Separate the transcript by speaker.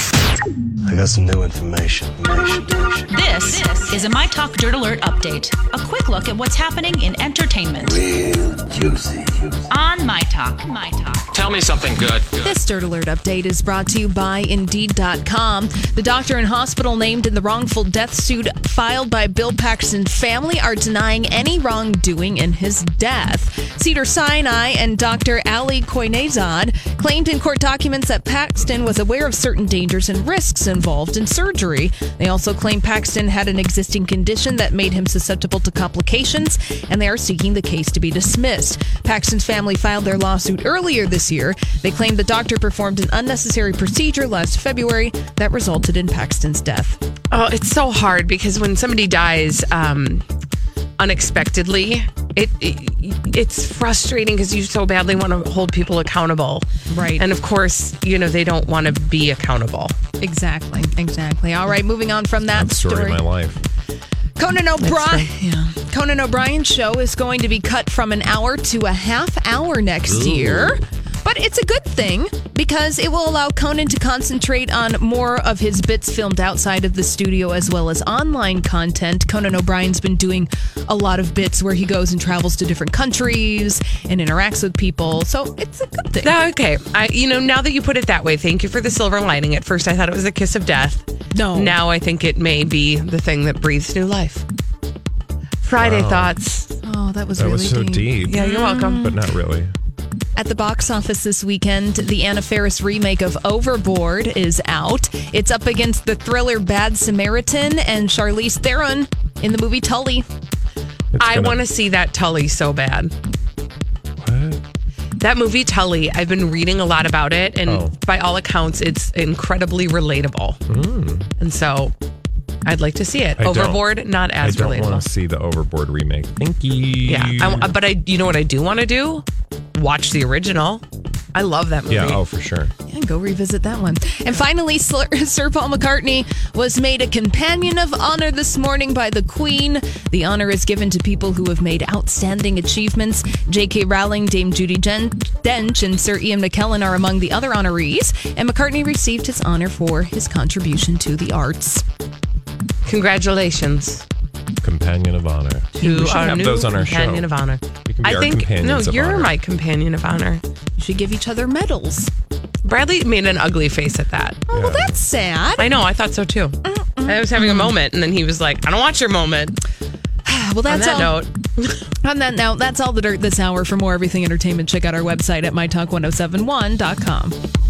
Speaker 1: I got some new information. information, information.
Speaker 2: This, is a My Talk Dirt Alert update. A quick look at what's happening in entertainment
Speaker 1: Real juicy.
Speaker 2: on My Talk. My Talk.
Speaker 3: Tell me something good.
Speaker 4: This Dirt Alert update is brought to you by Indeed.com. The doctor and hospital named in the wrongful death suit filed by Bill Paxton family are denying any wrongdoing in his death. Cedar Sinai and Dr. Ali Koinezad claimed in court documents that Paxton was aware of certain dangers and risks involved in surgery. They also claim Paxton had an existing condition that made him susceptible to complications, and they are seeking the case to be dismissed. Paxton's family filed their lawsuit earlier this year. They claimed the doctor performed an unnecessary procedure last February that resulted in Paxton's death.
Speaker 5: Oh, it's so hard because when somebody dies um, unexpectedly, it, it it's frustrating because you so badly want to hold people accountable,
Speaker 4: Right.
Speaker 5: And of course, you know they don't want to be accountable.
Speaker 4: Exactly. Exactly. All right, moving on from that
Speaker 6: story of my life.
Speaker 4: Conan O'Brien.
Speaker 5: great, yeah.
Speaker 4: Conan O'Brien's show is going to be cut from an hour to a half hour next year. But it's a good thing because it will allow Conan to concentrate on more of his bits filmed outside of the studio as well as online content. Conan O'Brien's been doing a lot of bits where he goes and travels to different countries and interacts with people. So it's a good thing.
Speaker 5: Yeah, okay, I you know now that you put it that way, thank you for the silver lining. At first, I thought it was the kiss of death.
Speaker 4: No.
Speaker 5: Now I think it may be the thing that breathes new life. Friday thoughts.
Speaker 4: oh, that was
Speaker 6: That
Speaker 4: really
Speaker 6: was so deep,
Speaker 5: Yeah,
Speaker 4: Mm.
Speaker 5: you're welcome.
Speaker 6: but not really.
Speaker 4: At the box office this weekend, the Anna Faris remake of Overboard is out. It's up against the thriller Bad Samaritan and Charlize Theron in the movie Tully.
Speaker 6: It's
Speaker 5: I
Speaker 6: gonna-
Speaker 5: want to see that Tully so bad.
Speaker 6: What?
Speaker 5: That movie Tully, I've been reading a lot about it, and
Speaker 6: Oh.
Speaker 5: by all accounts, it's incredibly relatable. And so, I'd like to see it.
Speaker 6: Hmm. I don't.
Speaker 5: Overboard, not
Speaker 6: I
Speaker 5: as
Speaker 6: don't want
Speaker 5: relatable.
Speaker 6: to see the Overboard remake. Thank you.
Speaker 5: Yeah, I, but I, you know what I do want to do? Watch the original. I love that movie.
Speaker 6: yeah. Oh, for sure.
Speaker 4: And go revisit that one. And finally, Sir, Sir Paul McCartney was made a Companion of Honor this morning by the Queen. The honor is given to people who have made outstanding achievements. J.K. Rowling, Dame Judy Gen- Dench, and Sir Ian McKellen are among the other honorees. And McCartney received his honor for his contribution to the arts.
Speaker 5: Congratulations
Speaker 6: Companion of honor.
Speaker 5: to
Speaker 6: we should
Speaker 5: our
Speaker 6: have
Speaker 5: new
Speaker 6: those on our
Speaker 5: companion
Speaker 6: show.
Speaker 5: of honor.
Speaker 6: You can be
Speaker 5: I
Speaker 6: our
Speaker 5: think no,
Speaker 6: companions of
Speaker 5: you're
Speaker 6: honor.
Speaker 5: my companion of honor.
Speaker 4: You should give each other medals.
Speaker 5: Bradley made an ugly face at that.
Speaker 4: Oh, well, that's sad.
Speaker 5: I know. I thought so too. I was having a moment, and then he was like, "I don't want your moment."
Speaker 4: Well,
Speaker 5: On
Speaker 4: that's
Speaker 5: that
Speaker 4: all.
Speaker 5: note,
Speaker 4: On that oh note, that's all the dirt this hour. For more everything entertainment, check out our website at mytalk1071.com.